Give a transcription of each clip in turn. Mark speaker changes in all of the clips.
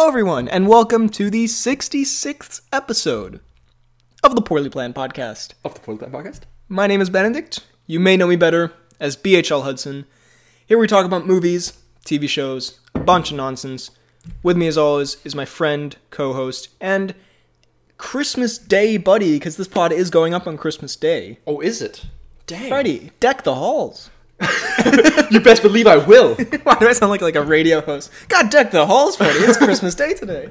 Speaker 1: everyone, and welcome to the 66th episode of the Poorly Planned Podcast.
Speaker 2: Of the Point Plan podcast?
Speaker 1: My name is Benedict. You may know me better as BHL Hudson. Here we talk about movies, TV shows, a bunch of nonsense. With me, as always, is my friend, co host, and Christmas Day buddy, because this pod is going up on Christmas Day.
Speaker 2: Oh, is it? Dang.
Speaker 1: Friday, deck the halls.
Speaker 2: You best believe I will.
Speaker 1: Why do I sound like, like a radio host? God, deck the halls, Freddie. It's Christmas Day today.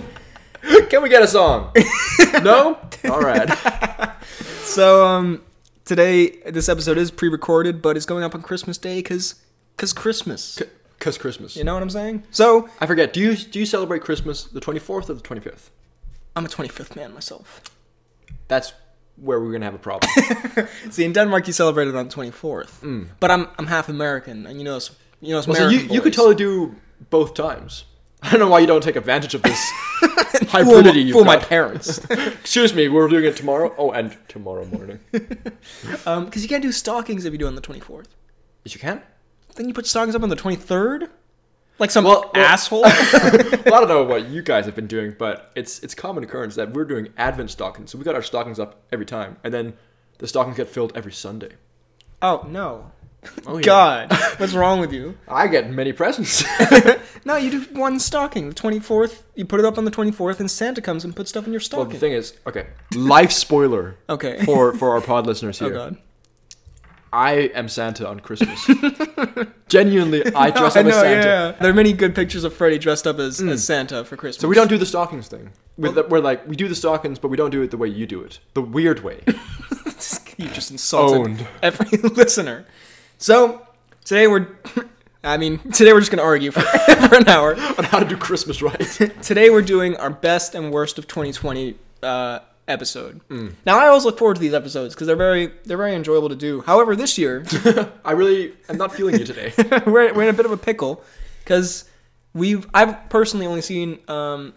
Speaker 2: Can we get a song? no? All right.
Speaker 1: So um today this episode is pre-recorded but it's going up on Christmas Day cuz cuz Christmas.
Speaker 2: Because Christmas.
Speaker 1: You know what I'm saying? So,
Speaker 2: I forget. Do you do you celebrate Christmas the 24th or the 25th?
Speaker 1: I'm a 25th man myself.
Speaker 2: That's where we're going to have a problem.
Speaker 1: See, in Denmark you celebrate it on 24th. But I'm I'm half American and you know it's- you know it's
Speaker 2: Mm. well, so you,
Speaker 1: American
Speaker 2: you could
Speaker 1: boys.
Speaker 2: totally do both times. I don't know why you don't take advantage of this
Speaker 1: fool,
Speaker 2: hybridity
Speaker 1: my-
Speaker 2: you've
Speaker 1: fool my
Speaker 2: got.
Speaker 1: parents.
Speaker 2: Excuse me, we're doing it tomorrow. Oh, and tomorrow morning.
Speaker 1: um cuz you can't do stockings if you do it on the 24th.
Speaker 2: Yes, you can.
Speaker 1: Then you put stockings up on the 23rd? Like some
Speaker 2: Well, well-
Speaker 1: asshole?
Speaker 2: well, I don't know what you guys have been doing, but it's it's common occurrence that we're doing Advent stockings. So we got our stockings up every time, and then the stockings get filled every Sunday.
Speaker 1: oh, no.
Speaker 2: Oh, yeah.
Speaker 1: God, what's wrong with you?
Speaker 2: I get many presents.
Speaker 1: No, you do one stocking. The 24th, you put it up on the 24th, and Santa comes and puts stuff in your
Speaker 2: well,
Speaker 1: stocking.
Speaker 2: the thing is, okay, life spoiler
Speaker 1: okay.
Speaker 2: for for our pod listeners
Speaker 1: oh,
Speaker 2: here.
Speaker 1: God.
Speaker 2: I am Santa on Christmas. Genuinely, I dress
Speaker 1: I
Speaker 2: up as
Speaker 1: know,
Speaker 2: Santa. Mm.
Speaker 1: yeah. There are many good pictures of Freddy dressed up as, as Santa for Christmas.
Speaker 2: So we don't do the stockings thing. With the, we're like we do the stockings, but we don't do it the way you do it, the weird way.
Speaker 1: you just insulted
Speaker 2: Owned.
Speaker 1: every listener. So, today we're... I mean, today we're just going to argue for, for an hour.
Speaker 2: on how to do Christmas right.
Speaker 1: Today we're doing our best and worst of 2020 uh, episode.
Speaker 2: Mm.
Speaker 1: Now, I always look forward to these episodes because they're very, they're very enjoyable to do. However, this year...
Speaker 2: I really am not feeling you today.
Speaker 1: we're, we're in a bit of a pickle because we've I've personally only seen um,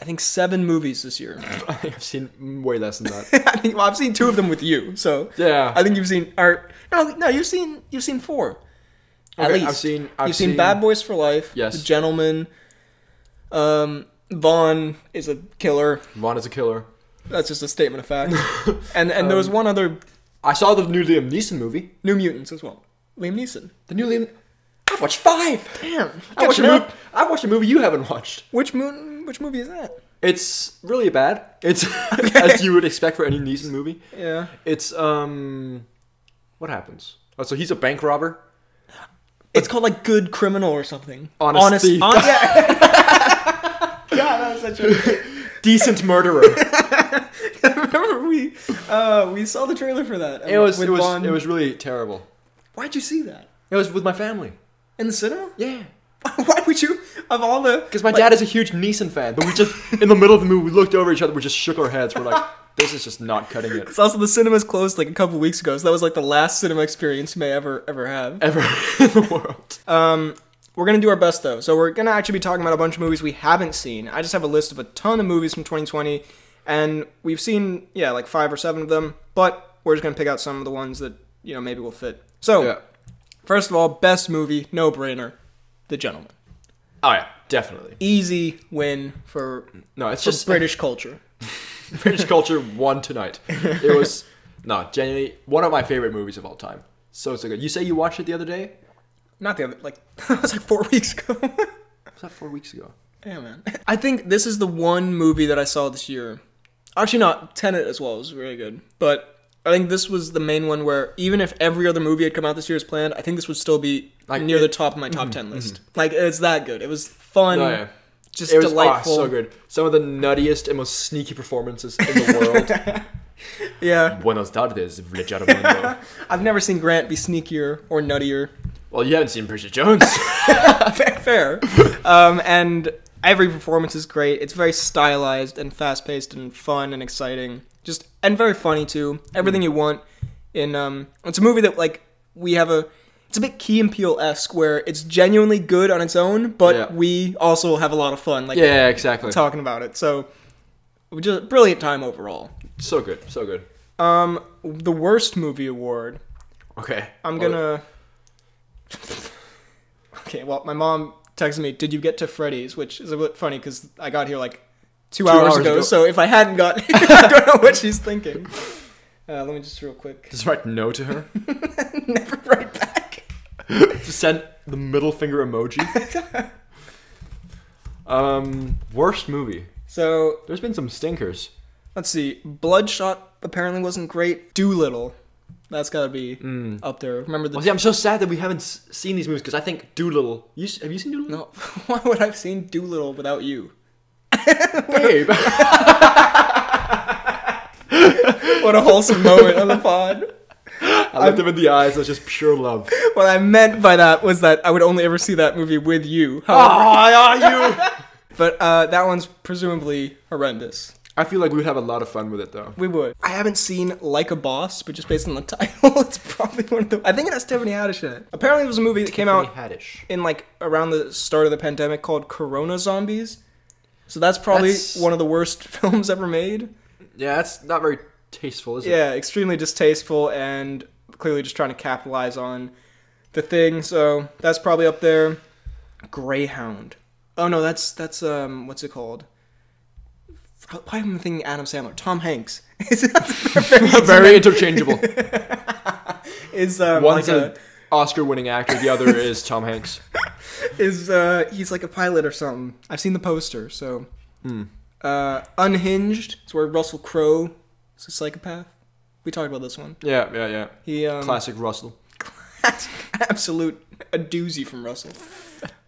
Speaker 1: I think seven movies this year.
Speaker 2: I've seen way less than that.
Speaker 1: I think well, I've seen two of them with you, so
Speaker 2: Yeah.
Speaker 1: I think you've seen or no no you've seen you've seen four. At
Speaker 2: Okay, I've
Speaker 1: least
Speaker 2: seen- I've
Speaker 1: you've seen,
Speaker 2: seen-
Speaker 1: Bad Boys for Life.
Speaker 2: Yes.
Speaker 1: The Gentleman. Um, Vaughn is a killer.
Speaker 2: Vaughn is a killer.
Speaker 1: That's just a statement of fact. and and
Speaker 2: Um,
Speaker 1: there was one other
Speaker 2: I saw the new Liam Neeson movie.
Speaker 1: New Mutants as well. Liam Neeson.
Speaker 2: The new Liam. I've watched five.
Speaker 1: Damn.
Speaker 2: I watched a
Speaker 1: catching up.
Speaker 2: movie. I've watched a movie you haven't watched.
Speaker 1: Which moon? Which movie is that?
Speaker 2: It's really bad. It's as you would expect for any Neeson movie.
Speaker 1: Yeah.
Speaker 2: It's um, what happens? Oh, so he's a bank robber.
Speaker 1: It's called like good criminal or something.
Speaker 2: Honest thief.
Speaker 1: hon- yeah. God, that was such a.
Speaker 2: Decent murderer.
Speaker 1: Remember we uh, we saw the trailer for that. and
Speaker 2: it was.
Speaker 1: with
Speaker 2: It was.
Speaker 1: Vaughn-
Speaker 2: It was really terrible.
Speaker 1: Why'd you see that
Speaker 2: It was with my family.
Speaker 1: in the cinema?
Speaker 2: Yeah.
Speaker 1: Why would you? Of all the.
Speaker 2: Because my dad is a huge Neeson fan, but we just in the middle of the movie we looked over at each other, we just shook our heads. We're like, this is just not cutting it.
Speaker 1: It's also the cinemas closed like a couple weeks ago, so that was like the last cinema experience you may ever ever have.
Speaker 2: Ever in the world.
Speaker 1: Um, we're gonna do our best though, so we're gonna actually be talking about a bunch of movies we haven't seen. I just have a list of a ton of movies from 2020, and we've seen yeah like five or seven of them, but we're just gonna pick out some of the ones that you know maybe will fit. So
Speaker 2: Yeah.
Speaker 1: first of all, best movie, no brainer, The Gentleman.
Speaker 2: Oh yeah, definitely.
Speaker 1: Easy win for,
Speaker 2: No, it's
Speaker 1: for
Speaker 2: Mm. just
Speaker 1: British culture.
Speaker 2: British culture won tonight. It was no, genuinely one of my favorite movies of all time. So so good. You say you watched it the other day?
Speaker 1: Not the other like that was like four weeks ago.
Speaker 2: Was that four weeks ago?
Speaker 1: yeah, man. I think this is the one movie that I saw this year. Actually, not Tenet as well was really good, but I think this was the main one where even if every other movie had come out this year as planned, I think this would still be
Speaker 2: Like,
Speaker 1: near
Speaker 2: it- Mm-hmm.
Speaker 1: the top of my top ten list. Like it's that good. It was fun,
Speaker 2: Oh, yeah.
Speaker 1: Mm. just
Speaker 2: It was ah,
Speaker 1: delightful.
Speaker 2: so good. Some of the nuttiest and most sneaky performances in the world.
Speaker 1: Yeah,
Speaker 2: Buenos tardes, Richard Mundo.
Speaker 1: I've never seen Grant be sneakier or nuttier.
Speaker 2: Well, you haven't seen Bridget Jones.
Speaker 1: fair. um, and every performance is great. It's very stylized and fast paced and fun and exciting. Just and very funny too. Everything
Speaker 2: Mm.
Speaker 1: you want in um, it's a movie that like we have a. It's a bit Key and Peele esque where it's genuinely good on its own, but
Speaker 2: Yeah.
Speaker 1: we also have a lot of fun like
Speaker 2: yeah, exactly.
Speaker 1: talking about it. So, we just brilliant time overall.
Speaker 2: So good, so good.
Speaker 1: Um, the worst movie award.
Speaker 2: Okay. Oh,
Speaker 1: I'm
Speaker 2: Well,
Speaker 1: gonna. okay, well, my mom texted me, "Did you get to Freddy's?" Which is a bit funny because I got here like two,
Speaker 2: Two
Speaker 1: hours,
Speaker 2: hours
Speaker 1: ago,
Speaker 2: ago.
Speaker 1: So if I hadn't gotten, here, I don't know what she's thinking. Uh, let me just real quick.
Speaker 2: Just write no to her.
Speaker 1: Never right back.
Speaker 2: Just send the middle finger emoji. um, worst movie.
Speaker 1: So
Speaker 2: There's been some stinkers.
Speaker 1: let's see. Bloodshot apparently wasn't great. Doolittle, that's gotta be up there. Remember the?
Speaker 2: Well, see, I'm so sad that we haven't s- seen these movies because I think Doolittle. You s- have you seen Doolittle?
Speaker 1: no, why would I've seen Doolittle without you?
Speaker 2: babe.
Speaker 1: What a wholesome moment on the pod.
Speaker 2: I looked him in the eyes. It was just pure love.
Speaker 1: What I meant by that was that I would only ever see that movie with you. However,
Speaker 2: Ah, yeah, you.
Speaker 1: But uh, that one's presumably horrendous.
Speaker 2: I feel like we would have a lot of fun with it though.
Speaker 1: We would. I haven't seen Like a Boss, but just based on the title, it's probably one of the. I think it has Tiffany Haddish in it. Apparently, it was a movie that came out
Speaker 2: Haddish.
Speaker 1: in like around the start of the pandemic called Corona Zombies. So that's probably
Speaker 2: That's-
Speaker 1: one of the worst films ever made.
Speaker 2: Yeah, that's not very tasteful, is it?
Speaker 1: Yeah, extremely distasteful and clearly just trying to capitalize on the thing. So that's probably up there. Greyhound. Oh no, that's that's um, what's it called? Why am I thinking Adam Sandler? Tom Hanks. It's
Speaker 2: very interchangeable.
Speaker 1: is um,
Speaker 2: One's
Speaker 1: like
Speaker 2: an Oscar-winning actor. The other is Tom Hanks.
Speaker 1: a, is uh, he's like a pilot or something. I've seen the poster. So, uh, unhinged. It's where Russell Crowe is a psychopath. We talked about this one.
Speaker 2: Yeah, yeah, yeah.
Speaker 1: He um,
Speaker 2: Classic Russell.
Speaker 1: absolute a doozy from Russell.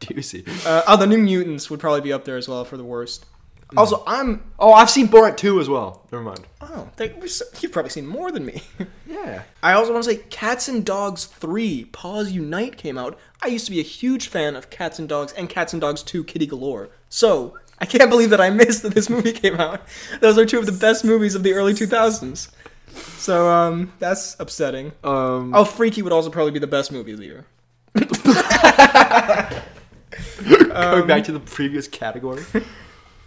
Speaker 2: Doozy.
Speaker 1: Uh, oh, the New Mutants would probably be up there as well for the worst. Mm. Also, I'm
Speaker 2: Oh, I've seen Borat 2 as well. Never mind.
Speaker 1: oh, they, we're so- you've probably seen more than me.
Speaker 2: Yeah.
Speaker 1: I also want to say Cats and Dogs 3, Paws Unite came out. I used to be a huge fan of Cats and Dogs and Cats and Dogs 2, Kitty Galore. So, I can't believe that I missed that this movie came out. Those are two of the best movies of the early 2000s. So, um, that's upsetting.
Speaker 2: Um,
Speaker 1: Oh, Freaky would also probably be the best movie of the year.
Speaker 2: going
Speaker 1: Um,
Speaker 2: back to the previous category.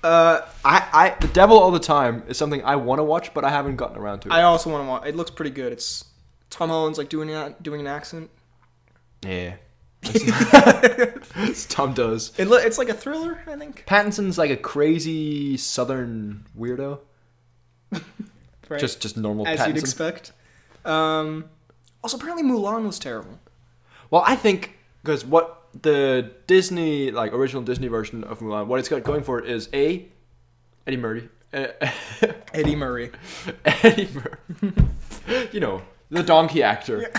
Speaker 2: uh, I, I, The Devil All the Time is something I want to watch, but I haven't gotten around to it.
Speaker 1: I also want to watch. It looks pretty good. It's Tom Holland's like doing an, doing an accent.
Speaker 2: yeah. It's Tom does.
Speaker 1: It lo- it's like a thriller, I think.
Speaker 2: Pattinson's like a crazy southern weirdo.
Speaker 1: Right?
Speaker 2: Just, just normal
Speaker 1: as
Speaker 2: Pattinson.
Speaker 1: you'd expect. Um, also, apparently Mulan was terrible.
Speaker 2: Well, I think because what the Disney like original Disney version of Mulan, what it's got going for it is a Eddie Murphy, uh,
Speaker 1: Eddie Murray.
Speaker 2: Eddie Murphy, you know the donkey actor.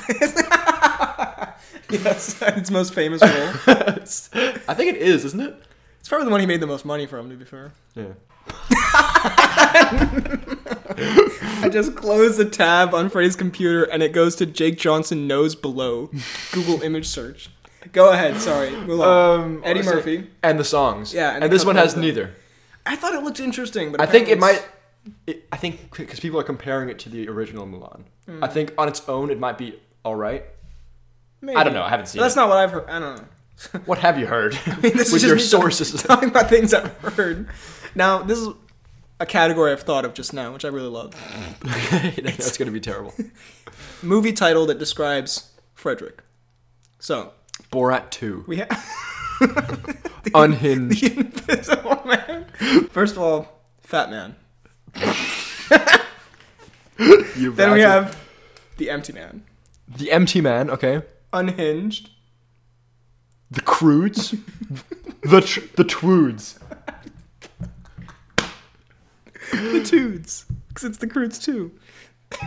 Speaker 1: yes, its most famous role.
Speaker 2: I think it is, isn't it?
Speaker 1: It's probably the one he made the most money from, to be fair.
Speaker 2: Yeah.
Speaker 1: I just closed the tab on Freddy's computer and it goes to Jake Johnson Knows Below. Google image search. Go ahead, sorry. Mulan.
Speaker 2: Um,
Speaker 1: Eddie
Speaker 2: honestly-
Speaker 1: Murphy.
Speaker 2: and the songs.
Speaker 1: Yeah, and
Speaker 2: and,
Speaker 1: the
Speaker 2: this one has
Speaker 1: couple of
Speaker 2: neither.
Speaker 1: I thought it looked interesting, but
Speaker 2: I think it
Speaker 1: apparently
Speaker 2: might. It, I think because people are comparing it to the original Mulan.
Speaker 1: Mm.
Speaker 2: I think on its own it might be all right.
Speaker 1: it's- maybe.
Speaker 2: I don't know. I haven't
Speaker 1: But
Speaker 2: seen
Speaker 1: that's
Speaker 2: it.
Speaker 1: not what I've heard. I don't know.
Speaker 2: what have you heard
Speaker 1: mean, this is
Speaker 2: with
Speaker 1: just
Speaker 2: your
Speaker 1: me-
Speaker 2: sources?
Speaker 1: talking about things I've heard. Now, this is a category I've thought of just now, which I really love.
Speaker 2: that's gonna be terrible.
Speaker 1: Movie title that describes Frederick. So,
Speaker 2: Borat two.
Speaker 1: we have
Speaker 2: unhinged.
Speaker 1: The Invisible Man. First of all, Fat Man.
Speaker 2: You
Speaker 1: Then we
Speaker 2: bastard.
Speaker 1: have The Empty Man.
Speaker 2: the Empty Man. Okay,
Speaker 1: Unhinged.
Speaker 2: the Crudes, the tr- the Twoods.
Speaker 1: The Toods. Because it's the Croods too.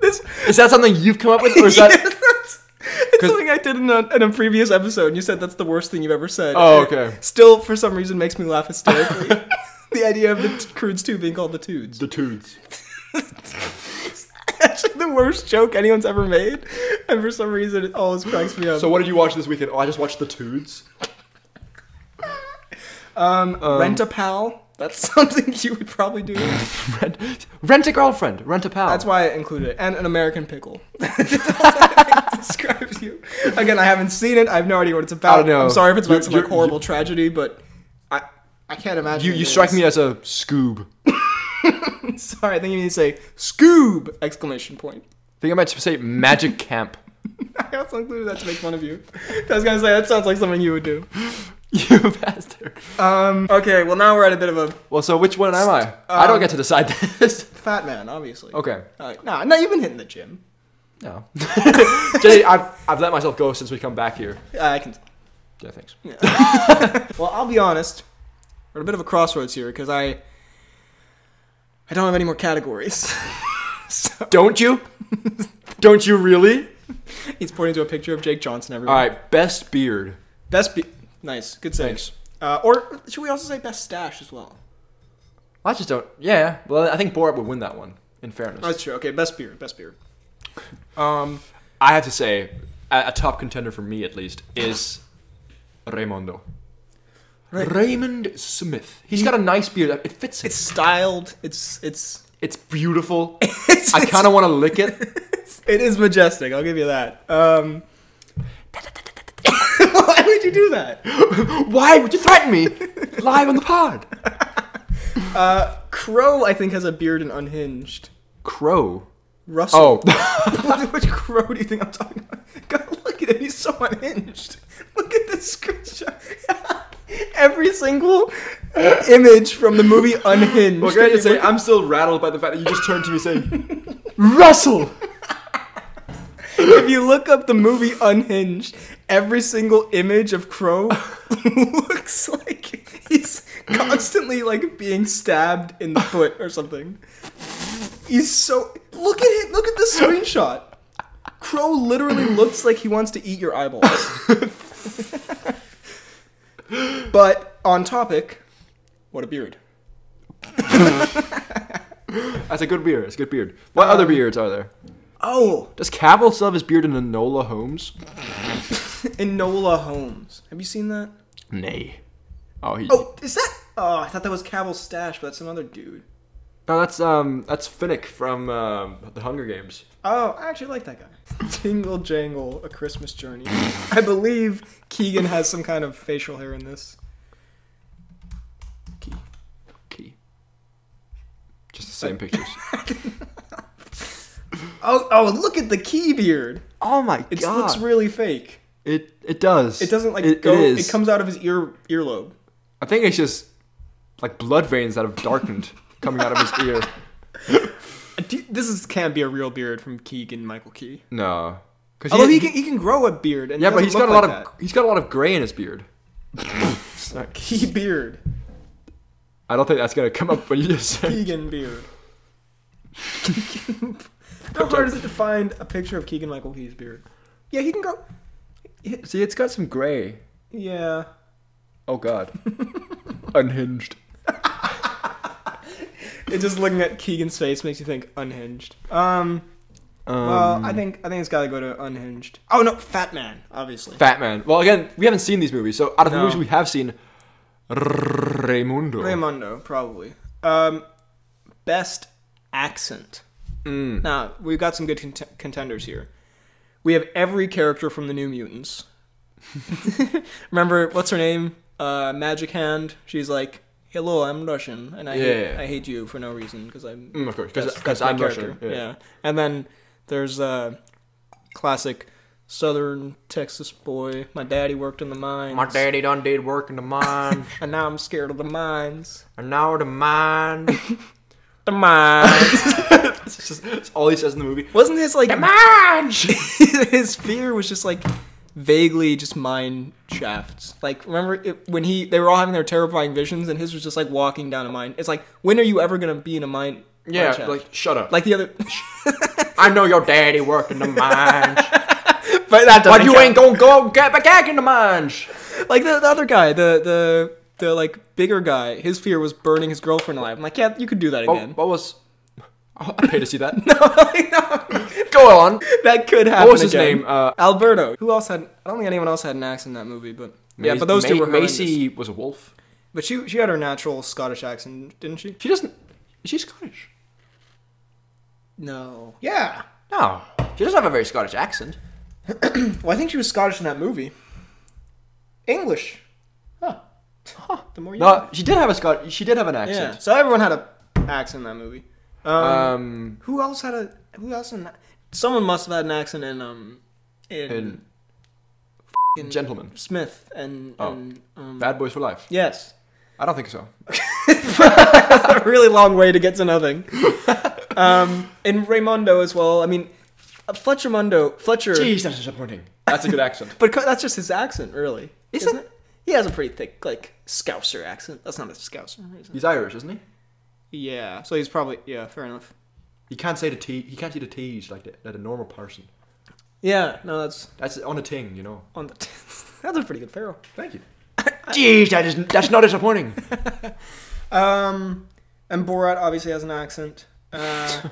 Speaker 1: this.
Speaker 2: Is that something you've come up with, or is that?
Speaker 1: Yes, that's- it's
Speaker 2: 'Cause-
Speaker 1: something I did in a, in a previous episode, and you said that's the worst thing you've ever said.
Speaker 2: Oh, okay.
Speaker 1: Still, for some reason, makes me laugh hysterically. the idea of the t- Croods 2 being called the Toods.
Speaker 2: The Toods.
Speaker 1: actually the worst joke anyone's ever made, and for some reason it always cracks me up.
Speaker 2: So what did you watch this weekend? Oh, I just watched the Toods.
Speaker 1: um, rent a pal. That's something you would probably do.
Speaker 2: Rent, rent a girlfriend. Rent a pal.
Speaker 1: That's why I included it, and an American pickle. It describes you. Again, I haven't seen it. I have no idea what it's about.
Speaker 2: I don't know.
Speaker 1: am sorry if it's about
Speaker 2: You're-
Speaker 1: some like
Speaker 2: you're-
Speaker 1: horrible tragedy, but I I can't imagine.
Speaker 2: you
Speaker 1: what
Speaker 2: you
Speaker 1: it
Speaker 2: strike
Speaker 1: is.
Speaker 2: me as a Scoob.
Speaker 1: sorry. I think you need to say Scoob! Exclamation point.
Speaker 2: I think I might say Magic Camp.
Speaker 1: I also included that to make fun of you. I was gonna say that sounds like something you would do.
Speaker 2: you bastard.
Speaker 1: Um, okay, well now we're at a bit of a
Speaker 2: Well, so which one am I? I don't
Speaker 1: Um,
Speaker 2: get to decide this.
Speaker 1: fat man, obviously.
Speaker 2: okay.
Speaker 1: Uh, nah, no, you've been hitting the gym.
Speaker 2: No. Jenny, I've, I've let myself go since we come back here.
Speaker 1: I can.
Speaker 2: Yeah, thanks.
Speaker 1: Well, I'll be honest. We're at a bit of a crossroads here because I I don't have any more categories. so
Speaker 2: Don't you? don't you really?
Speaker 1: he's pointing to a picture of Jake Johnson.
Speaker 2: All
Speaker 1: Everyone.
Speaker 2: right, best beard.
Speaker 1: Best be nice. Good save.
Speaker 2: Thanks.
Speaker 1: Uh, or should we also say best stash as well?
Speaker 2: I just don't. Yeah. Well, I think Borat would win that one. In fairness,
Speaker 1: Oh, that's true. Okay, best beard. Best beard. Um,
Speaker 2: I have to say, a, a top contender for me at least is Raimondo.
Speaker 1: Right.
Speaker 2: Raymond Smith. He's got a nice beard. It fits
Speaker 1: it's
Speaker 2: him. It's,
Speaker 1: styled. It's it's.
Speaker 2: beautiful.
Speaker 1: it's
Speaker 2: I kind of want to lick it.
Speaker 1: it's- It is majestic. I'll give you that. Um. Why would you do that?
Speaker 2: Why would you threaten me live on the pod?
Speaker 1: Uh, Crow, I think, has a beard and unhinged.
Speaker 2: Crow.
Speaker 1: Russell.
Speaker 2: Oh,
Speaker 1: What- Which crow do you think I'm talking about? God, look at him. He's so unhinged. Look at this screenshot. Every single image from the movie Unhinged.
Speaker 2: well, can I just say I'm still rattled by the fact that you just turned to me saying, "Russell."
Speaker 1: if you look up the movie Unhinged, every single image of Crow looks like he's constantly like being stabbed in the foot or something. He's so look at him. Look at this screenshot. Crow literally looks like he wants to eat your eyeballs. but on topic, what a beard.
Speaker 2: That's a good beard. It's a good beard. What other beards are there?
Speaker 1: Oh,
Speaker 2: Does Cavill still have his beard in Enola Holmes?
Speaker 1: Enola Holmes. Have you seen that?
Speaker 2: Nay. Oh, he.
Speaker 1: Oh, is that? Oh, I thought that was Cavill's stash, but that's another dude.
Speaker 2: No, that's um, that's Finnick from um, The Hunger Games.
Speaker 1: Oh, I actually like that guy. Tingle Jangle, A Christmas Journey. I believe Keegan has some kind of facial hair in this.
Speaker 2: Key. Key. Just the same pictures.
Speaker 1: Oh, oh, look at the key beard.
Speaker 2: oh my
Speaker 1: It looks really fake.
Speaker 2: it it does.
Speaker 1: It doesn't like go. It, comes out of his ear earlobe.
Speaker 2: I think it's just like blood veins that have darkened coming out of his ear.
Speaker 1: Uh, do- This is can't be a real beard from Keegan Michael Key.
Speaker 2: No. 'Cause
Speaker 1: Although he can he can grow a beard. And
Speaker 2: Yeah, but he's got a lot of
Speaker 1: of
Speaker 2: he's got a lot of gray in his beard.
Speaker 1: key beard.
Speaker 2: I don't think that's gonna come up. But you just said.
Speaker 1: Keegan beard. How hard is it to find a picture of Keegan Michael Key's beard? Yeah, he can go.
Speaker 2: See, it's got some gray.
Speaker 1: Yeah.
Speaker 2: Oh God. Unhinged.
Speaker 1: It just looking at Keegan's face makes you think unhinged. Um,
Speaker 2: Um,
Speaker 1: well, I think I think it's got to go to unhinged. Oh no, Fat Man, obviously.
Speaker 2: Fat Man. Well, again, we haven't seen these movies, so out of the
Speaker 1: No.
Speaker 2: movies we have seen, Raimundo.
Speaker 1: Raimondo, probably. Um, best accent.
Speaker 2: Mm.
Speaker 1: Now we've got some good cont- contenders here. We have every character from the New Mutants. Remember what's her name? Uh, Magic Hand. She's like, "Hello, I'm Russian, and I hate,
Speaker 2: Yeah.
Speaker 1: I hate you for no reason because I'm
Speaker 2: Mm, of course,
Speaker 1: That's-
Speaker 2: because
Speaker 1: that's
Speaker 2: I'm
Speaker 1: my
Speaker 2: Russian.
Speaker 1: character,
Speaker 2: Yeah.
Speaker 1: Yeah. And then there's uh, classic Southern Texas boy. My daddy worked in the mines.
Speaker 2: My daddy done did work in the mine,
Speaker 1: And now I'm scared of the mines.
Speaker 2: and now the mine.
Speaker 1: The mines.
Speaker 2: It's just- it's all he says in the movie.
Speaker 1: Wasn't his like
Speaker 2: mine.
Speaker 1: his fear was just like vaguely just mine shafts. Like remember it, when he they were all having their terrifying visions and his was just like walking down a mine. It's like when are you ever gonna be in a mine? mine
Speaker 2: Yeah,
Speaker 1: shaft?
Speaker 2: like shut up. Like
Speaker 1: like the other.
Speaker 2: I know your daddy worked in the mines,
Speaker 1: but that
Speaker 2: but you ain't gonna go get back back in the mines.
Speaker 1: like the, the other guy, the the the like bigger guy, his fear was burning his girlfriend alive. I'm like, yeah, you could do that
Speaker 2: What,
Speaker 1: again.
Speaker 2: what was? Oh, I pay to see that.
Speaker 1: no,
Speaker 2: go on.
Speaker 1: that could happen.
Speaker 2: What was his
Speaker 1: again.
Speaker 2: name? Uh,
Speaker 1: Alberto. Who else had? I don't think anyone else had an accent in that movie, but yeah,
Speaker 2: Ma-
Speaker 1: but those two
Speaker 2: Ma-
Speaker 1: were horrendous.
Speaker 2: Macy was a wolf.
Speaker 1: But she she had her natural Scottish accent, didn't she?
Speaker 2: She doesn't. Is she Scottish?
Speaker 1: No. Yeah.
Speaker 2: No, she doesn't have a very Scottish accent.
Speaker 1: Well, I think she was Scottish in that movie. English. Huh. The more you.
Speaker 2: No, she did have a Scot. She did have an
Speaker 1: yeah.
Speaker 2: accent.
Speaker 1: So everyone had a accent in that movie. Um,
Speaker 2: Um,
Speaker 1: Who else had a? Who else? In, someone must have had an accent in um, in
Speaker 2: and
Speaker 1: in
Speaker 2: Gentlemen,
Speaker 1: Smith and,
Speaker 2: Oh.
Speaker 1: and um,
Speaker 2: Bad Boys for Life.
Speaker 1: yes,
Speaker 2: I don't think so.
Speaker 1: a really long way to get to nothing. um, and Raimondo as well. I mean, F- Fletcher Mundo, Fletcher,
Speaker 2: Jeez, that's disappointing. That's a good accent.
Speaker 1: but co- that's just his accent, really,
Speaker 2: Is
Speaker 1: isn't
Speaker 2: it?
Speaker 1: it? He has a pretty thick, like Scouser accent. That's not a Scouser. Isn't
Speaker 2: He's Irish, isn't he?
Speaker 1: it? Yeah, so he's probably yeah, fair enough.
Speaker 2: He can't say the T. He can't say the T's like the, like a normal person.
Speaker 1: Yeah, no, that's
Speaker 2: That's on a ting, you know.
Speaker 1: on the. that's a pretty good feral.
Speaker 2: Thank you. Jeez, that is that's not disappointing.
Speaker 1: Um, and Borat obviously has an accent. Uh,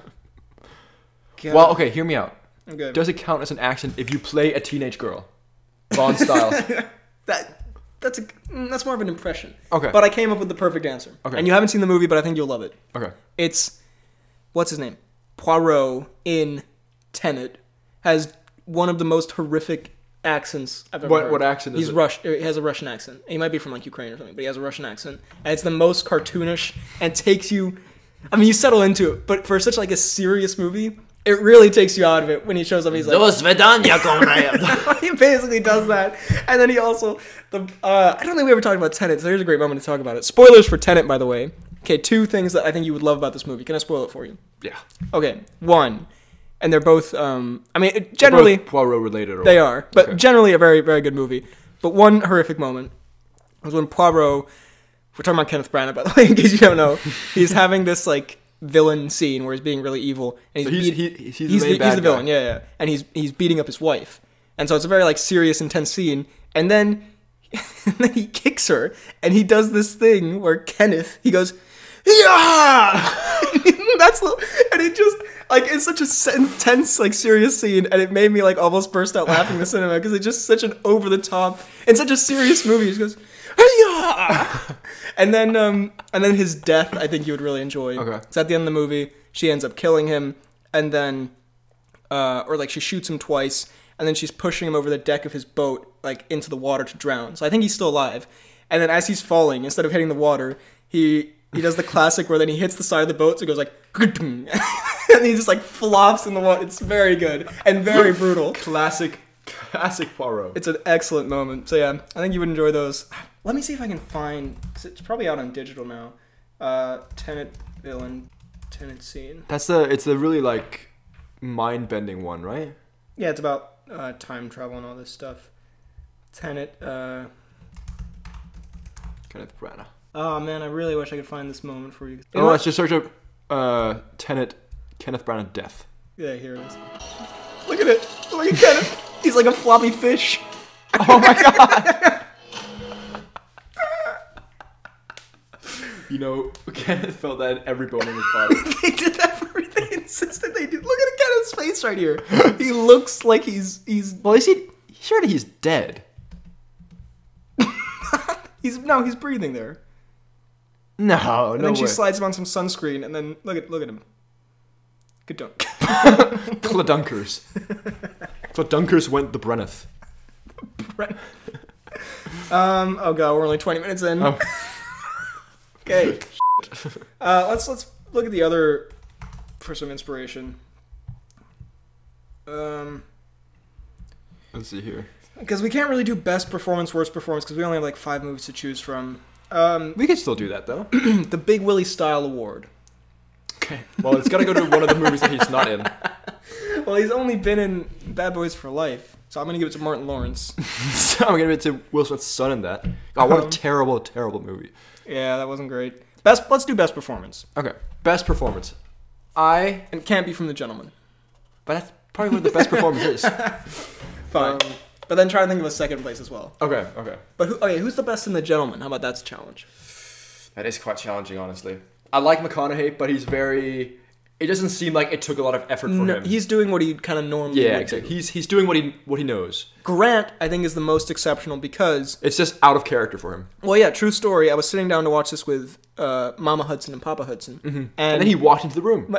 Speaker 1: God,
Speaker 2: well, okay, hear me out.
Speaker 1: I'm good.
Speaker 2: Does it count as an accent if you play a teenage girl, Bond style?
Speaker 1: that that's a mm, that's more of an impression.
Speaker 2: Okay.
Speaker 1: But I came up with the perfect answer.
Speaker 2: Okay.
Speaker 1: And you haven't seen the movie, but I think you'll love it.
Speaker 2: okay.
Speaker 1: It's what's his name? Poirot in Tenet has one of the most horrific accents I've ever
Speaker 2: What-
Speaker 1: heard.
Speaker 2: what accent is
Speaker 1: He's
Speaker 2: it?
Speaker 1: Rush. He has a Russian accent. He might be from like Ukraine or something, but he has a Russian accent, and it's the most cartoonish and takes you. I mean, you settle into it, but for such like a serious movie, it really takes you out of it when he shows up. He's like, he basically does that, and then he also the uh, I don't think we ever talked about Tenet, so here's a great moment to talk about it. Spoilers for Tenet, by the way. Okay, two things that I think you would love about this movie. Can I spoil it for you?
Speaker 2: Yeah.
Speaker 1: Okay, one, and they're both. Um, I mean, it- generally
Speaker 2: Both Poirot related. Or
Speaker 1: they are, but
Speaker 2: Okay.
Speaker 1: generally a very very good movie. But one horrific moment was when Poirot. We're talking about Kenneth Branagh, by the way, in case you don't know. He's having this like villain scene where he's being really evil, and
Speaker 2: So
Speaker 1: he's,
Speaker 2: he's,
Speaker 1: beat-
Speaker 2: he, he's, the
Speaker 1: he's
Speaker 2: main
Speaker 1: the,
Speaker 2: bad
Speaker 1: he's the
Speaker 2: guy.
Speaker 1: villain, yeah, yeah. And he's he's beating up his wife, and so it's a very like serious, intense scene. And then, and then he kicks her, and he does this thing where Kenneth he goes, yeah, that's the, and it just like it's such a s- intense like serious scene, and it made me like almost burst out laughing in the cinema because it's just such an over the top and such a serious movie. He just goes. "Hi-yah!" And then, um, and then his death. I think you would really enjoy.
Speaker 2: Okay.
Speaker 1: It's at the end of the movie. She ends up killing him, and then, uh, or like she shoots him twice, and then she's pushing him over the deck of his boat, like into the water to drown. So I think he's still alive. And then as he's falling, instead of hitting the water, he he does the classic where then he hits the side of the boat, so it goes like, and he just like flops in the water. It's very good and very brutal.
Speaker 2: Classic, classic Poirot.
Speaker 1: It's an excellent moment. So yeah, I think you would enjoy those. Let me see if I can find because it's probably out on digital now. Uh, tenant villain, tenant scene.
Speaker 2: That's the. It's the really like mind bending one, right?
Speaker 1: Yeah, it's about uh, time travel and all this stuff. Tenet. Uh,
Speaker 2: Kenneth Branagh.
Speaker 1: oh man, I really wish I could find this moment for you. You know
Speaker 2: Oh,
Speaker 1: what?
Speaker 2: let's just search up uh, Tenet, Kenneth Branagh death.
Speaker 1: Yeah, here it is. Look at it. Look at Kenneth. He's like a floppy fish.
Speaker 2: Oh my god! you know, Kenneth felt that in every bone in his body.
Speaker 1: they did that for. They insisted they did. Look at Kenneth's face right here. He looks like he's he's
Speaker 2: well, is he? Surely he's dead.
Speaker 1: he's no he's breathing there.
Speaker 2: No,
Speaker 1: And then she slides him on some sunscreen, and then look at look at him. Good dunk.
Speaker 2: Cladunkers. Cladunkers went the Brenneth.
Speaker 1: um. Oh god, we're only twenty minutes in.
Speaker 2: Oh.
Speaker 1: okay. uh, let's let's look at the other for some inspiration. Um,
Speaker 2: Let's see here.
Speaker 1: because we can't really do best performance, worst performance, because we only have like five movies to choose from. Um,
Speaker 2: We can still do that though.
Speaker 1: the Big Willie Style Award.
Speaker 2: okay. Well, it's gotta go to one of the movies that he's not in.
Speaker 1: Well, he's only been in Bad Boys for Life, so I'm gonna give it to Martin Lawrence.
Speaker 2: so I'm gonna give it to Will Smith's son in that. God, what a terrible, terrible movie.
Speaker 1: yeah, that wasn't great. Best. Let's do best performance.
Speaker 2: Okay, best performance. I,
Speaker 1: It can't be from the gentleman.
Speaker 2: but that's probably one of the best performances.
Speaker 1: Fine. but then try to think of a second place as well.
Speaker 2: Okay, okay.
Speaker 1: But who, okay, who's the best in the gentleman? How about that's a challenge?
Speaker 2: That is quite challenging, honestly. I like McConaughey, but he's very. It doesn't seem like it took a lot of effort from
Speaker 1: No,
Speaker 2: him.
Speaker 1: he's doing what he kind of normally
Speaker 2: yeah,
Speaker 1: would
Speaker 2: exactly.
Speaker 1: do.
Speaker 2: He's he's doing what he what he knows.
Speaker 1: Grant, I think, is the most exceptional because,
Speaker 2: It's just out of character for him.
Speaker 1: well, yeah, true story. I was sitting down to watch this with uh, Mama Hudson and Papa Hudson, and
Speaker 2: Mm-hmm. And then he walked into the room.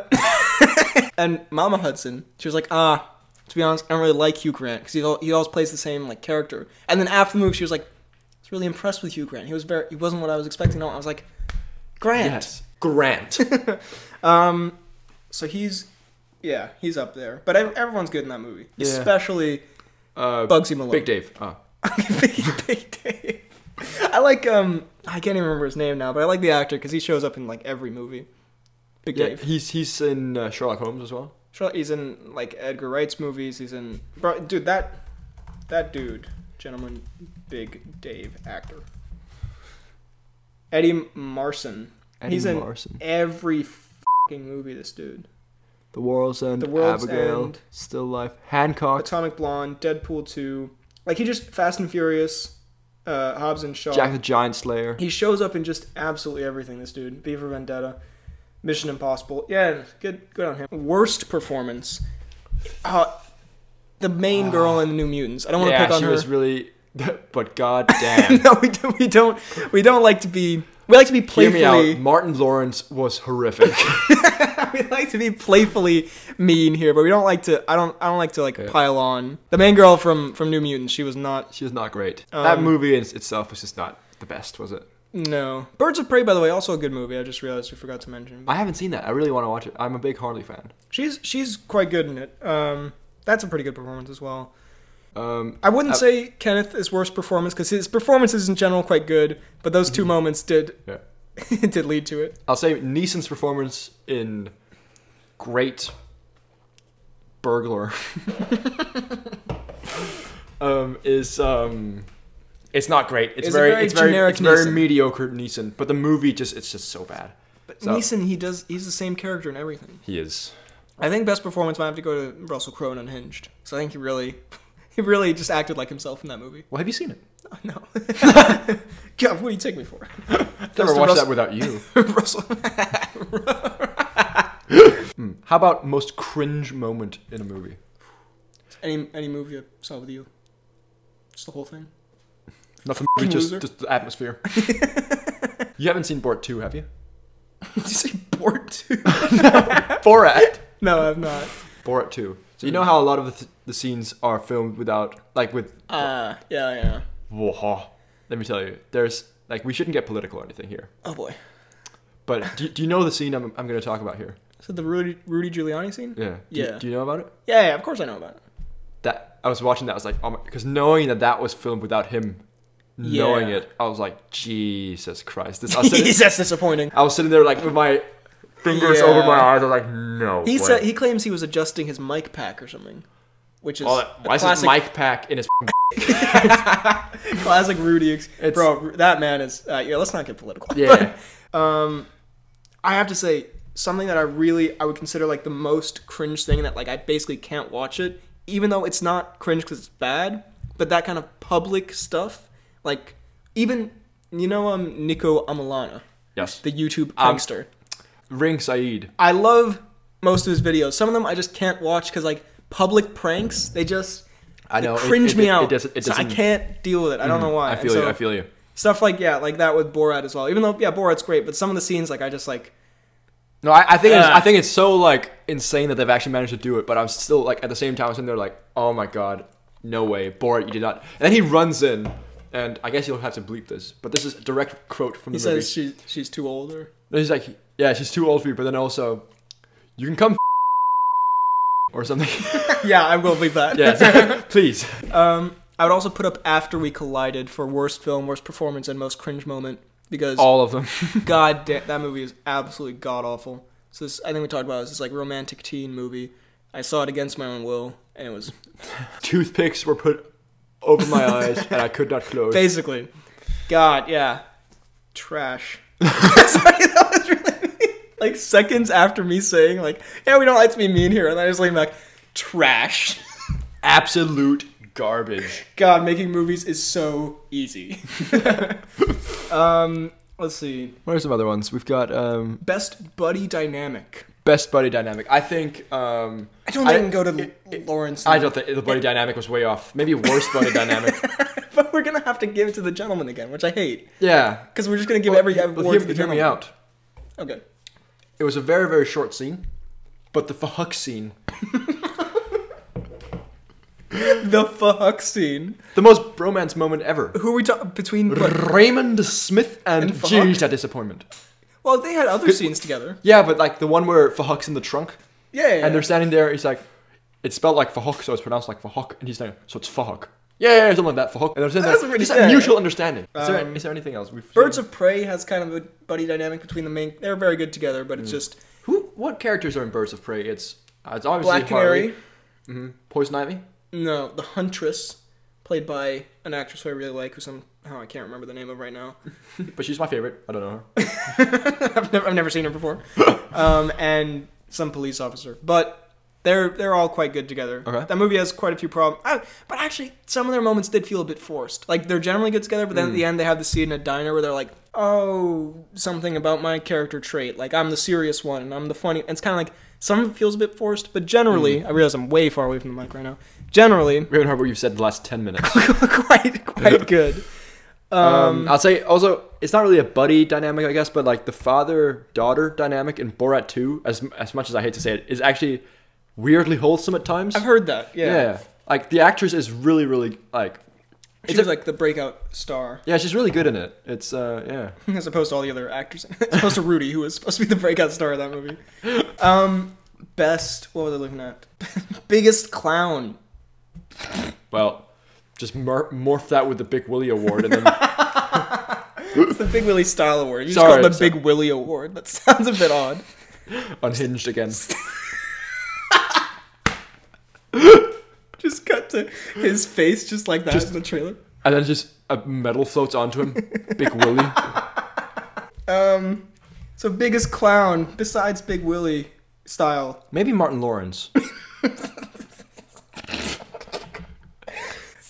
Speaker 1: and Mama Hudson, she was like, ah, to be honest, I don't really like Hugh Grant because he, al- he always plays the same like character. And then after the movie, she was like, I was really impressed with Hugh Grant. He was very, he wasn't what I was expecting. at all." I was like, Grant.
Speaker 2: Yes, Grant.
Speaker 1: So he's, yeah, he's up there. But ev- everyone's good in that movie,
Speaker 2: Yeah.
Speaker 1: especially
Speaker 2: Uh,
Speaker 1: Bugsy Malone.
Speaker 2: Big Dave. Ah.
Speaker 1: Big, Big Dave. I like um I can't even remember his name now, but I like the actor because he shows up in like every movie. Big
Speaker 2: yeah,
Speaker 1: Dave.
Speaker 2: he's he's in uh, Sherlock Holmes as well.
Speaker 1: Sure, He's in like Edgar Wright's movies. He's in bro, dude that that dude, gentleman, Big Dave actor. Eddie Marson.
Speaker 2: Eddie
Speaker 1: he's in
Speaker 2: Marson.
Speaker 1: every fucking movie. This dude.
Speaker 2: The World's End.
Speaker 1: The World's
Speaker 2: Abigail.
Speaker 1: End.
Speaker 2: Still Life. Hancock.
Speaker 1: Atomic Blonde, Deadpool two, like he just Fast and Furious, uh, Hobbs and Shaw.
Speaker 2: Jack the Giant Slayer.
Speaker 1: He shows up in just absolutely everything. This dude, Beaver Vendetta, Mission Impossible. Yeah, good, good on him. Worst performance. Uh, the main girl in the New Mutants. I don't want to
Speaker 2: Ah. yeah,
Speaker 1: pick on
Speaker 2: she
Speaker 1: her.
Speaker 2: was really. But goddamn.
Speaker 1: no, we don't, we don't. We don't like to be. We like to be
Speaker 2: Hear me out.
Speaker 1: playfully.
Speaker 2: Martin Lawrence was horrific.
Speaker 1: we like to be playfully mean here, but we don't like to. I don't. I don't like to like pile on. The main girl from from New Mutants. She was not
Speaker 2: she was not great.
Speaker 1: Um,
Speaker 2: that movie in itself was just not the best, was it?
Speaker 1: No. Birds of Prey, by the way, also a good movie. I just realized we forgot to mention. But
Speaker 2: I haven't seen that. I really want to watch it. I'm a big Harley fan.
Speaker 1: she's she's quite good in it. Um, that's a pretty good performance as well.
Speaker 2: Um,
Speaker 1: I wouldn't
Speaker 2: Uh,
Speaker 1: say Kenneth is worst performance because his performance is in general quite good, but those
Speaker 2: Mm-hmm.
Speaker 1: 2 moments did
Speaker 2: yeah.
Speaker 1: did lead to it.
Speaker 2: I'll say Neeson's performance in Great Burglar um, is um, it's not great. It's
Speaker 1: It's a
Speaker 2: very,
Speaker 1: very
Speaker 2: it's very,
Speaker 1: generic
Speaker 2: it's very
Speaker 1: Neeson.
Speaker 2: mediocre Neeson. But the movie just it's just so bad.
Speaker 1: But
Speaker 2: So-
Speaker 1: Neeson, he does he's the same character in everything.
Speaker 2: He is.
Speaker 1: I think best performance might have to go to Russell Crowe in Unhinged. So I think he really he really just acted like himself in that movie.
Speaker 2: Well, have you seen it?
Speaker 1: Oh, no. God, what do you take me for?
Speaker 2: I've never
Speaker 1: Mr.
Speaker 2: watched
Speaker 1: Russell-
Speaker 2: that without you.
Speaker 1: Russell
Speaker 2: How about most cringe moment in a movie?
Speaker 1: Any any movie I saw with you? Just the whole thing.
Speaker 2: Not the
Speaker 1: Fucking
Speaker 2: movie, just,
Speaker 1: loser.
Speaker 2: just the atmosphere. you haven't seen Borat 2, have you?
Speaker 1: Did you say bored too?
Speaker 2: Borat.
Speaker 1: no, I've not.
Speaker 2: Borat 2. So you know how a lot of the, th- the scenes are filmed without, like with,
Speaker 1: Uh yeah, yeah.
Speaker 2: Woah. let me tell you, there's, like, we shouldn't get political or anything here.
Speaker 1: Oh boy.
Speaker 2: But do, do you know the scene I'm, I'm going to talk about here?
Speaker 1: So the Rudy Rudy Giuliani scene?
Speaker 2: Yeah. Do,
Speaker 1: Yeah.
Speaker 2: Do you know about it?
Speaker 1: Yeah, yeah. Of course I know about it.
Speaker 2: That, I was watching that, I was like, oh my, because knowing that that was filmed without him knowing
Speaker 1: Yeah.
Speaker 2: it, I was like, Jesus Christ. Oh, This, I, was sitting,
Speaker 1: that's disappointing.
Speaker 2: I was sitting there, like, with my fingers
Speaker 1: Yeah.
Speaker 2: over my eyes, I was like, no
Speaker 1: He
Speaker 2: way.
Speaker 1: said he claims he was adjusting his mic pack or something, which is
Speaker 2: Oh, that-
Speaker 1: a
Speaker 2: why is his
Speaker 1: classic
Speaker 2: mic pack in his
Speaker 1: classic Rudy. Ex-
Speaker 2: It's-
Speaker 1: Bro, that man is. Uh, yeah, let's not get political.
Speaker 2: Yeah.
Speaker 1: um, I have to say something that I really I would consider like the most cringe thing that like I basically can't watch it, even though it's not cringe because it's bad. But that kind of public stuff, like even you know um Nico Amalana,
Speaker 2: yes.
Speaker 1: the YouTube
Speaker 2: Um,
Speaker 1: prankster.
Speaker 2: Ring Saeed.
Speaker 1: I love most of his videos. Some of them I just can't watch because like public pranks, they just
Speaker 2: I
Speaker 1: they
Speaker 2: know, it-
Speaker 1: cringe
Speaker 2: it-
Speaker 1: me
Speaker 2: it
Speaker 1: out.
Speaker 2: doesn't- it
Speaker 1: so I
Speaker 2: doesn't- Mm-hmm.
Speaker 1: can't deal with it. I don't know why.
Speaker 2: I
Speaker 1: And
Speaker 2: feel you.
Speaker 1: so-
Speaker 2: I feel you.
Speaker 1: stuff like yeah, like that with Borat as well. Even though yeah, Borat's great, but some of the scenes like I just like
Speaker 2: No, I, I think it's,
Speaker 1: Ugh.
Speaker 2: I think it's so like insane that they've actually managed to do it, but I'm still like at the same time I'm sitting there like, oh my god, no way, Borat, you did not. And then he runs in, and I guess you'll have to bleep this, but this is a direct quote from
Speaker 1: he
Speaker 2: the movie.
Speaker 1: says she she's too old or
Speaker 2: No, He's like, yeah, she's too old for you, but then also, you can come or something.
Speaker 1: yeah, I will believe that.
Speaker 2: yes, please.
Speaker 1: Um, I would also put up After We Collided for worst film, worst performance, and most cringe moment because
Speaker 2: All of them.
Speaker 1: god damn, that movie is absolutely god awful. So this, I think we talked about it. this like romantic teen movie. I saw it against my own will, and it was
Speaker 2: Toothpicks were put over my eyes, and I could not close.
Speaker 1: basically, God, yeah, trash. Sorry, that was really mean. like seconds after me saying like, yeah, we don't like to be mean here, and I just lean back, trash.
Speaker 2: Absolute garbage.
Speaker 1: God, making movies is so easy. um, let's see,
Speaker 2: What are some other ones? We've got um,
Speaker 1: best buddy dynamic.
Speaker 2: best buddy dynamic. I think um,
Speaker 1: I don't think I, can go to
Speaker 2: it- it-
Speaker 1: Lawrence.
Speaker 2: I don't think the buddy dynamic was way off. Maybe worst buddy dynamic.
Speaker 1: but we're gonna have to give it to the gentleman again, which I hate
Speaker 2: Yeah.
Speaker 1: because we're just gonna give every
Speaker 2: Well,
Speaker 1: award
Speaker 2: hear,
Speaker 1: to the
Speaker 2: hear
Speaker 1: gentleman.
Speaker 2: me out.
Speaker 1: Okay.
Speaker 2: It was a very very short scene, but the fuck scene,
Speaker 1: The fuck scene.
Speaker 2: the most bromance moment ever.
Speaker 1: Who are we talking between? But,
Speaker 2: Raymond Smith and,
Speaker 1: And Fuck?
Speaker 2: jeez, that disappointment.
Speaker 1: well, they had other scenes together.
Speaker 2: Yeah, but like the one where Fahuk's in the trunk
Speaker 1: Yeah, yeah, yeah.
Speaker 2: and they're standing there. He's like, It's spelled like Fahok, so it's pronounced like Fahok, and he's like, so it's Fahok. Yeah, yeah, yeah, something like that, Fahok. And there's
Speaker 1: That's
Speaker 2: that,
Speaker 1: really
Speaker 2: just that
Speaker 1: fair.
Speaker 2: mutual understanding. Is, there,
Speaker 1: Um,
Speaker 2: is there anything else? We've
Speaker 1: Birds of Prey has kind of a buddy dynamic between the main. They're very good together, but it's just
Speaker 2: Who? What characters are in Birds of Prey? It's uh, it's obviously
Speaker 1: Black Canary.
Speaker 2: hmm Poison Ivy.
Speaker 1: No, the Huntress, played by an actress who I really like, who somehow I can't remember the name of right now.
Speaker 2: But she's my favorite. I don't know her.
Speaker 1: I've never, I've never seen her before. um, and some police officer, but they're they're all quite good together.
Speaker 2: Okay.
Speaker 1: That movie has quite a few problems, I, but actually some of their moments did feel a bit forced. Like they're generally good together, but then at
Speaker 2: Hmm.
Speaker 1: the end they have the scene in a diner where they're like, "Oh, something about my character trait. Like I'm the serious one, and I'm the funny." And it's kind of like some of it feels a bit forced, but
Speaker 2: Hmm.
Speaker 1: generally, I realize I'm way far away from the mic right now. Generally,
Speaker 2: We haven't heard what you've said in the last ten minutes.
Speaker 1: quite quite good.
Speaker 2: Um, I'll say also it's not really a buddy dynamic, I guess, but like the father daughter dynamic in Borat Two, as as much as I hate to say it, is actually weirdly wholesome at times.
Speaker 1: I've heard that. Yeah.
Speaker 2: like the actress is really, really like.
Speaker 1: She
Speaker 2: It's
Speaker 1: was
Speaker 2: a-
Speaker 1: like the breakout star
Speaker 2: Yeah, she's really good in it. It's uh, yeah.
Speaker 1: as opposed to all the other actors. as opposed to Rudy, who was supposed to be the breakout star of that movie. Um, best. What was I looking at? Biggest clown.
Speaker 2: Well, just mur- morph that with the Big Willie Award, and then
Speaker 1: It's the Big Willie Style Award. You just
Speaker 2: Sorry,
Speaker 1: call it the
Speaker 2: sorry.
Speaker 1: Big Willie Award. That sounds a bit odd.
Speaker 2: unhinged again.
Speaker 1: Just cut to his face just like that
Speaker 2: Just-
Speaker 1: in the trailer.
Speaker 2: And then just a medal floats onto him. Big Willie.
Speaker 1: Um, so biggest clown besides Big Willie Style.
Speaker 2: Maybe Martin Lawrence.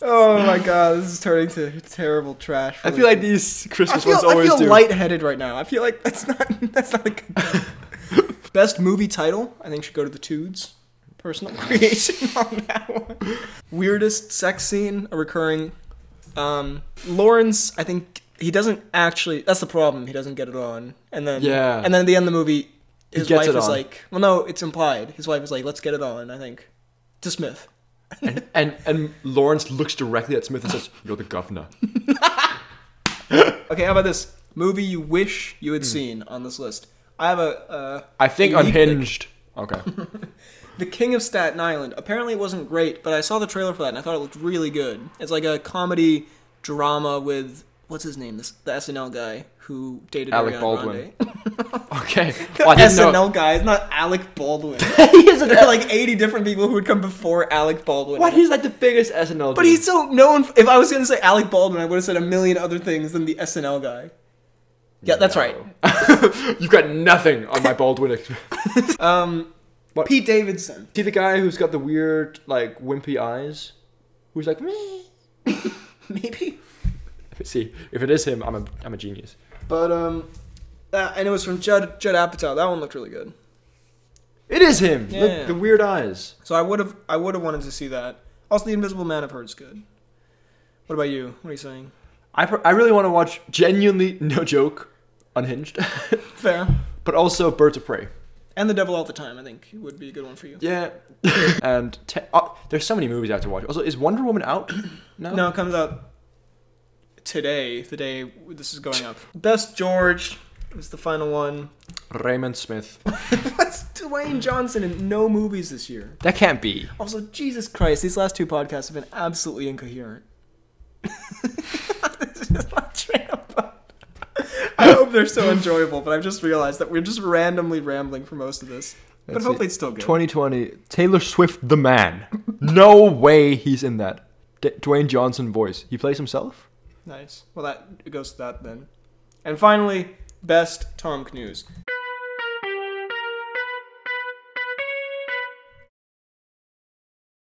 Speaker 1: Oh my god, this is turning to terrible trash.
Speaker 2: I feel like these
Speaker 1: I
Speaker 2: Christmas
Speaker 1: feel,
Speaker 2: ones
Speaker 1: I
Speaker 2: always
Speaker 1: feel
Speaker 2: do.
Speaker 1: lightheaded right now. I feel like that's not that's not a good thing. Best movie title, I think should go to the Tudes. Personal creation on that one. Weirdest sex scene, a recurring. Um, Lawrence, I think he doesn't actually. That's the problem. He doesn't get it on, and then
Speaker 2: Yeah.
Speaker 1: and then at the end of the movie, his
Speaker 2: gets
Speaker 1: wife
Speaker 2: it
Speaker 1: is
Speaker 2: on.
Speaker 1: like, well, no, it's implied. His wife is like, let's get it on. I think to Smith.
Speaker 2: and, and and Lawrence looks directly at Smith and says, "You're the governor."
Speaker 1: Okay, how about this movie you wish you
Speaker 2: Hmm.
Speaker 1: had seen on this list? I have a. Uh,
Speaker 2: I think
Speaker 1: unique pick.
Speaker 2: unhinged. Okay.
Speaker 1: The King of Staten Island. Apparently, it wasn't great, but I saw the trailer for that and I thought it looked really good. It's like a comedy drama with what's his name? This the SNL guy who dated
Speaker 2: Alec
Speaker 1: Ariana
Speaker 2: Baldwin.
Speaker 1: Grande.
Speaker 2: Okay.
Speaker 1: The
Speaker 2: Well, I didn't
Speaker 1: SNL
Speaker 2: know.
Speaker 1: guy is not Alec Baldwin.
Speaker 2: he's
Speaker 1: there are like eighty different people who would come before Alec Baldwin.
Speaker 2: What? He's like the biggest SNL.
Speaker 1: but
Speaker 2: dude.
Speaker 1: he's so known. For, if I was gonna say Alec Baldwin, I would have said a million other things than the SNL guy. Yeah, that's right.
Speaker 2: right. You've got nothing on my Baldwin. ex-
Speaker 1: Um,
Speaker 2: What-
Speaker 1: Pete Davidson.
Speaker 2: See the guy who's got the weird, like wimpy eyes, who's like me.
Speaker 1: Maybe
Speaker 2: See, if it is him, I'm a, I'm a genius.
Speaker 1: But um, that, and it was from Judd Judd Apatow. That one looked really good.
Speaker 2: It is him.
Speaker 1: Yeah.
Speaker 2: Look, the weird eyes.
Speaker 1: So I would have I would have wanted to see that. Also, The Invisible Man I've heard is good. What about you? What are you saying?
Speaker 2: I, pr- I really want to watch genuinely no joke, unhinged,
Speaker 1: Fair.
Speaker 2: but also Birds of Prey.
Speaker 1: And The Devil All the Time I think would be a good one for you.
Speaker 2: Yeah. and te- uh, there's so many movies I have to watch. Also, is Wonder Woman out? No.
Speaker 1: No, it comes out today. The day this is going up. Best George was the final one.
Speaker 2: Raymond Smith.
Speaker 1: What's Dwayne Johnson in no movies this year?
Speaker 2: That can't be.
Speaker 1: Also, Jesus Christ, these last two podcasts have been absolutely incoherent. this is my train of thought. I hope they're so enjoyable, but I've just realized that we're just randomly rambling for most of this. but
Speaker 2: That's
Speaker 1: hopefully
Speaker 2: it.
Speaker 1: it's still good.
Speaker 2: 2020. Taylor Swift, the man. No way he's in that. D- Dwayne Johnson voice. He plays himself.
Speaker 1: Nice. Well, that it goes to that then. And finally, best Tom Cruise.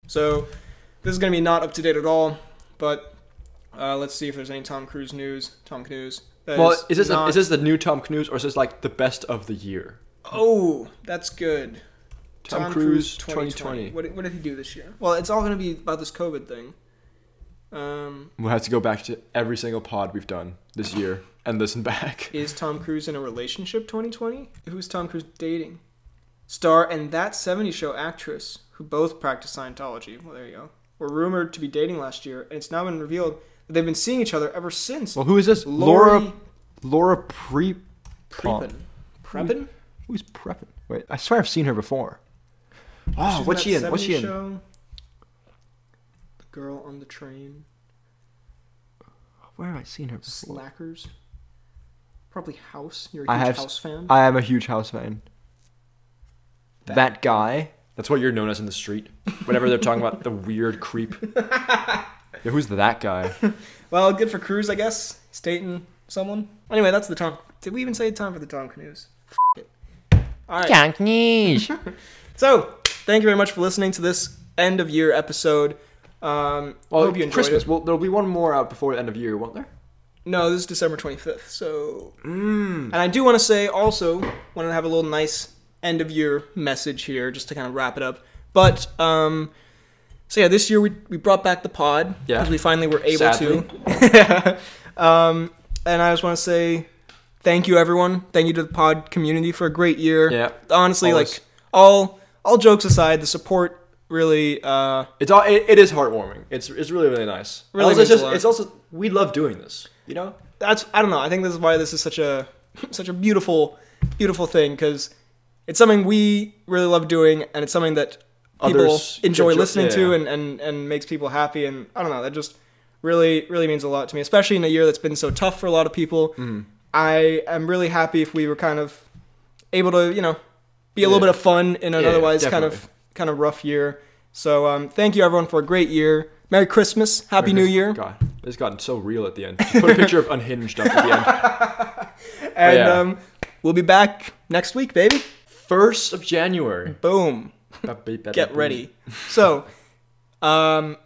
Speaker 1: So, this is going to be not up to date at all, but uh, let's see if there's any Tom Cruise news. Tom Cruise. That
Speaker 2: well, is this
Speaker 1: not-
Speaker 2: is this the new Tom Cruise or is this like the best of the year?
Speaker 1: Oh, that's good.
Speaker 2: Tom, Cruise 2020.
Speaker 1: What, did- what did he do this year? Well, it's all going to be about this COVID thing. Um,
Speaker 2: We'll have to go back to every single pod we've done this year and listen back.
Speaker 1: Is Tom Cruise in a relationship 2020? Who's Tom Cruise dating? Star and that 70 show actress, who both practice Scientology, well, there you go, were rumored to be dating last year, and it's now been revealed that they've been seeing each other ever since.
Speaker 2: Well, who is this? Laura
Speaker 1: Lori
Speaker 2: Laura Pre
Speaker 1: Prepon. Prepon?
Speaker 2: Who's prepping? Wait, I swear I've seen her before. Oh,
Speaker 1: She's
Speaker 2: what's
Speaker 1: that
Speaker 2: she in? What's
Speaker 1: 70s
Speaker 2: she in?
Speaker 1: Show? The girl on the train.
Speaker 2: Where have I seen her? Before?
Speaker 1: Slackers. Probably House. You're a
Speaker 2: I
Speaker 1: huge
Speaker 2: have-
Speaker 1: House fan.
Speaker 2: I am a huge House fan.
Speaker 1: That-
Speaker 2: That, guy. That's what you're known as in the street. Whenever they're talking about the weird creep. Yeah, who's that guy?
Speaker 1: well, good for Cruz, I guess. He's dating someone. Anyway, that's the Tom. Did we even say time for the Tom Canoes? F- it. All right. So, thank you very much for listening to this end of year episode. Um,
Speaker 2: Well,
Speaker 1: hope you enjoyed
Speaker 2: Christmas.
Speaker 1: it.
Speaker 2: Well, there'll be one more out before the end of year, won't there?
Speaker 1: No, this is December 25th. So,
Speaker 2: Mm.
Speaker 1: and I do want to say also, want to have a little nice end of year message here just to kind of wrap it up. But, um, so yeah, this year we, we brought back the pod
Speaker 2: Yeah.
Speaker 1: because we finally were able to. um, and I just want to say thank you, everyone. Thank you to the pod community for a great year.
Speaker 2: Yeah.
Speaker 1: Honestly,
Speaker 2: Always.
Speaker 1: like all all jokes aside, the support really uh,
Speaker 2: It's all, it, it is heartwarming. It's it's really really nice.
Speaker 1: Really
Speaker 2: Also,
Speaker 1: means
Speaker 2: it's
Speaker 1: a
Speaker 2: just
Speaker 1: lot.
Speaker 2: it's also we love doing this. You know.
Speaker 1: that's I don't know. I think this is why this is such a such a beautiful beautiful thing because it's something we really love doing and it's something that people
Speaker 2: Others
Speaker 1: enjoy
Speaker 2: enjoy-
Speaker 1: listening to
Speaker 2: yeah.
Speaker 1: and, and and makes people happy and I don't know that just really really means a lot to me especially in a year that's been so tough for a lot of people.
Speaker 2: Mm-hmm.
Speaker 1: I am really happy if we were kind of able to you know be a little
Speaker 2: Yeah.
Speaker 1: bit of fun in an
Speaker 2: Yeah,
Speaker 1: otherwise kind of
Speaker 2: definitely.
Speaker 1: kind of rough year. So um, thank you everyone for a great year. Merry Christmas, Happy New Year,
Speaker 2: God, it's gotten so real at the end. Just put a picture of unhinged up at the end.
Speaker 1: and
Speaker 2: yeah.
Speaker 1: um, we'll be back next week, baby.
Speaker 2: First of January.
Speaker 1: Boom. Get ready. So, um,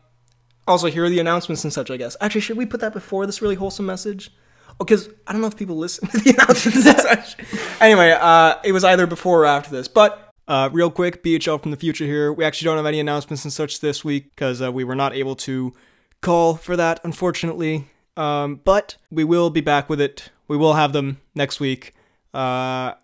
Speaker 1: also here are the announcements and such. I guess actually, should we put that before this really wholesome message? Because I don't know if people listen to the announcements and such. Anyway, uh, it was either before or after this. But uh, real quick, BHL from the future here. We actually don't have any announcements and such this week because uh, we were not able to call for that, unfortunately. Um, but we will be back with it. We will have them next week. Uh,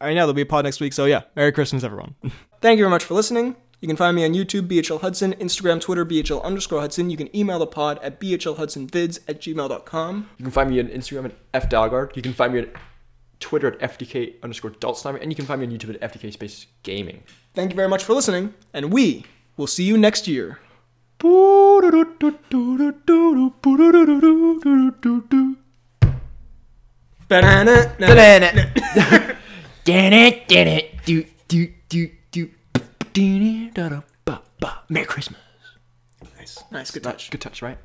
Speaker 1: I know there'll be a pod next week, so yeah, Merry Christmas, everyone. Thank you very much for listening. You can find me on YouTube, BHL Hudson, Instagram, Twitter, BHL underscore Hudson. You can email the pod at BHLHudsonVids at gmail.com.
Speaker 2: You can find me on Instagram at fdalgard. You can find me on Twitter at fdk underscore daltsnimer, and you can find me on YouTube at fdk space gaming.
Speaker 1: Thank you very much for listening, and we will see you next year. Ba-na-na-na.
Speaker 3: Dun it, dun it, do do do do. Dun it, da da ba ba. Merry Christmas.
Speaker 1: Nice, good touch.
Speaker 2: Good touch, right?